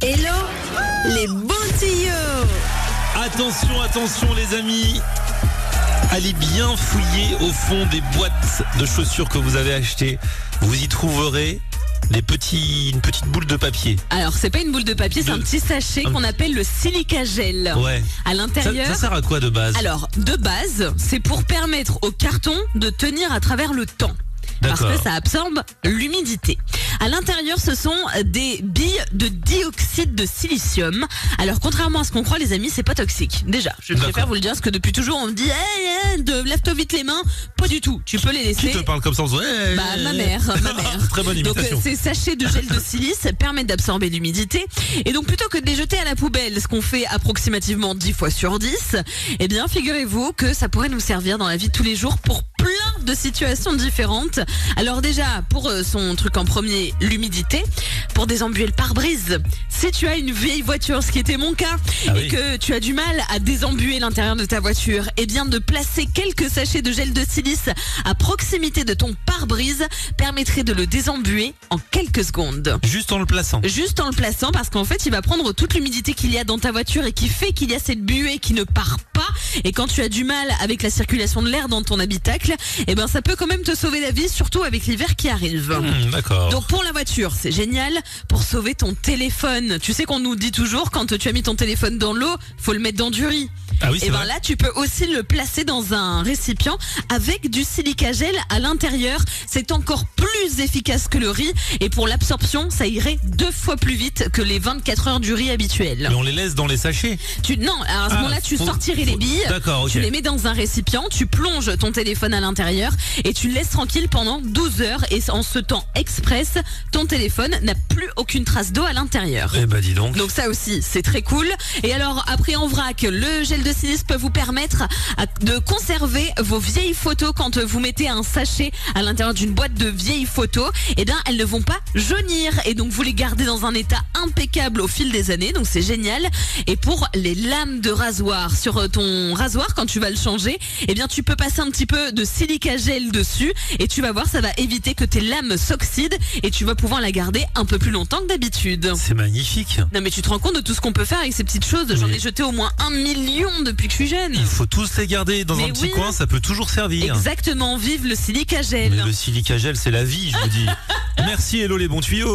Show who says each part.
Speaker 1: Hello les bons tuyaux
Speaker 2: Attention, attention les amis Allez bien fouiller au fond des boîtes de chaussures que vous avez achetées. Vous y trouverez des petits, une petite boule de papier.
Speaker 3: Alors, c'est pas une boule de papier, c'est
Speaker 2: De-
Speaker 3: un petit sachet
Speaker 2: un
Speaker 3: qu'on
Speaker 2: petit-
Speaker 3: appelle le silica gel.
Speaker 2: Ouais.
Speaker 3: À
Speaker 2: Ça,
Speaker 3: l'intérieur.
Speaker 2: ça sert à quoi de base
Speaker 3: Ah. Alors, de base, c'est pour permettre au carton de tenir à travers le temps. Parce
Speaker 2: D'accord.
Speaker 3: que ça absorbe l'humidité. À l'intérieur, ce sont des billes de dioxyde de silicium. Alors, contrairement à ce qu'on croit, les amis, c'est pas toxique. Déjà, je
Speaker 2: D'accord.
Speaker 3: préfère vous le dire, parce que depuis toujours, on me dit, hey, hey, de- lève-toi vite les mains. Pas du tout. Tu peux les
Speaker 2: Qui
Speaker 3: laisser.
Speaker 2: te parle comme ça en disant, Hey,
Speaker 3: Bah, ma mère, ma mère.
Speaker 2: Très bonne
Speaker 3: Donc euh,
Speaker 2: imitation.
Speaker 3: ces sachets de gel de silice permettent d'absorber l'humidité et donc plutôt que de les jeter à la poubelle, ce qu'on fait approximativement 10 fois sur 10, eh bien figurez-vous que ça pourrait nous servir dans la vie de tous les jours pour plein de situations différentes. Alors déjà pour euh, son truc en premier, l'humidité, pour désembuer le pare-brise. Si tu as une vieille voiture, ce qui était mon cas,
Speaker 2: Ah
Speaker 3: et
Speaker 2: oui.
Speaker 3: que tu as du mal à désembuer l'intérieur de ta voiture, eh bien de placer quelques sachets de gel de silice à proximité de ton pare-brise permettrait de le désembuer en quelques secondes.
Speaker 2: Juste en le plaçant.
Speaker 3: Juste en le plaçant parce qu'en fait il va prendre toute l'humidité qu'il y a dans ta voiture et qui fait qu'il y a cette buée qui ne part pas et quand tu as du mal avec la circulation de l'air dans ton habitacle, eh ben ça peut quand même te sauver la vie surtout avec l'hiver qui arrive.
Speaker 2: Hmm, D'accord.
Speaker 3: Donc pour la voiture, c'est génial. Pour sauver ton téléphone, tu sais qu'on nous dit toujours quand tu as mis ton téléphone dans l'eau, faut le mettre dans du riz.
Speaker 2: Ah oui,
Speaker 3: Et
Speaker 2: c'est
Speaker 3: ben
Speaker 2: vrai.
Speaker 3: là, tu peux aussi le placer dans un récipient avec du silica gel à l'intérieur. C'est encore plus efficace que le riz et pour l'absorption, ça irait deux fois plus vite que les 24 heures du riz habituel.
Speaker 2: Mais on les laisse dans les sachets.
Speaker 3: Tu non, à ce
Speaker 2: Ah,
Speaker 3: moment-là, tu
Speaker 2: faut-
Speaker 3: sortirais les
Speaker 2: faut-
Speaker 3: billes.
Speaker 2: D'accord, ok.
Speaker 3: Tu les mets dans un récipient, tu plonges ton téléphone à l'intérieur et tu le laisses tranquille pendant 12 heures. Et en ce temps express, ton téléphone n'a plus aucune trace d'eau à l'intérieur.
Speaker 2: Eh bah dis donc.
Speaker 3: Donc ça aussi, c'est très cool. Et alors, après en vrac, le gel de silice peut vous permettre à- de conserver vos vieilles photos quand vous mettez un sachet à l'intérieur d'une boîte de vieilles photos. Eh bien, elles ne vont pas jaunir. Et donc, vous les gardez dans un état impeccable au fil des années. Donc, c'est génial. Et pour les lames de rasoir, sur euh, ton rasoir, quand tu vas le changer, eh bien, tu peux passer un petit peu de silica gel dessus. Et tu vas voir, ça va éviter que tes lames s'oxydent. Et tu vas pouvoir la garder un peu plus longtemps que d'habitude.
Speaker 2: C'est magnifique.
Speaker 3: Non mais tu te rends compte de tout ce qu'on peut faire avec ces petites choses J'en
Speaker 2: Mais-
Speaker 3: ai jeté au moins un million depuis que je suis jeune.
Speaker 2: Il faut tous les garder dans
Speaker 3: Hmm. Mais
Speaker 2: un petit
Speaker 3: oui.
Speaker 2: coin, ça peut toujours servir.
Speaker 3: Exactement, vive le silica
Speaker 2: Mais
Speaker 3: gel.
Speaker 2: le silica gel, c'est la vie, je vous dis. Merci, hello les bons tuyaux.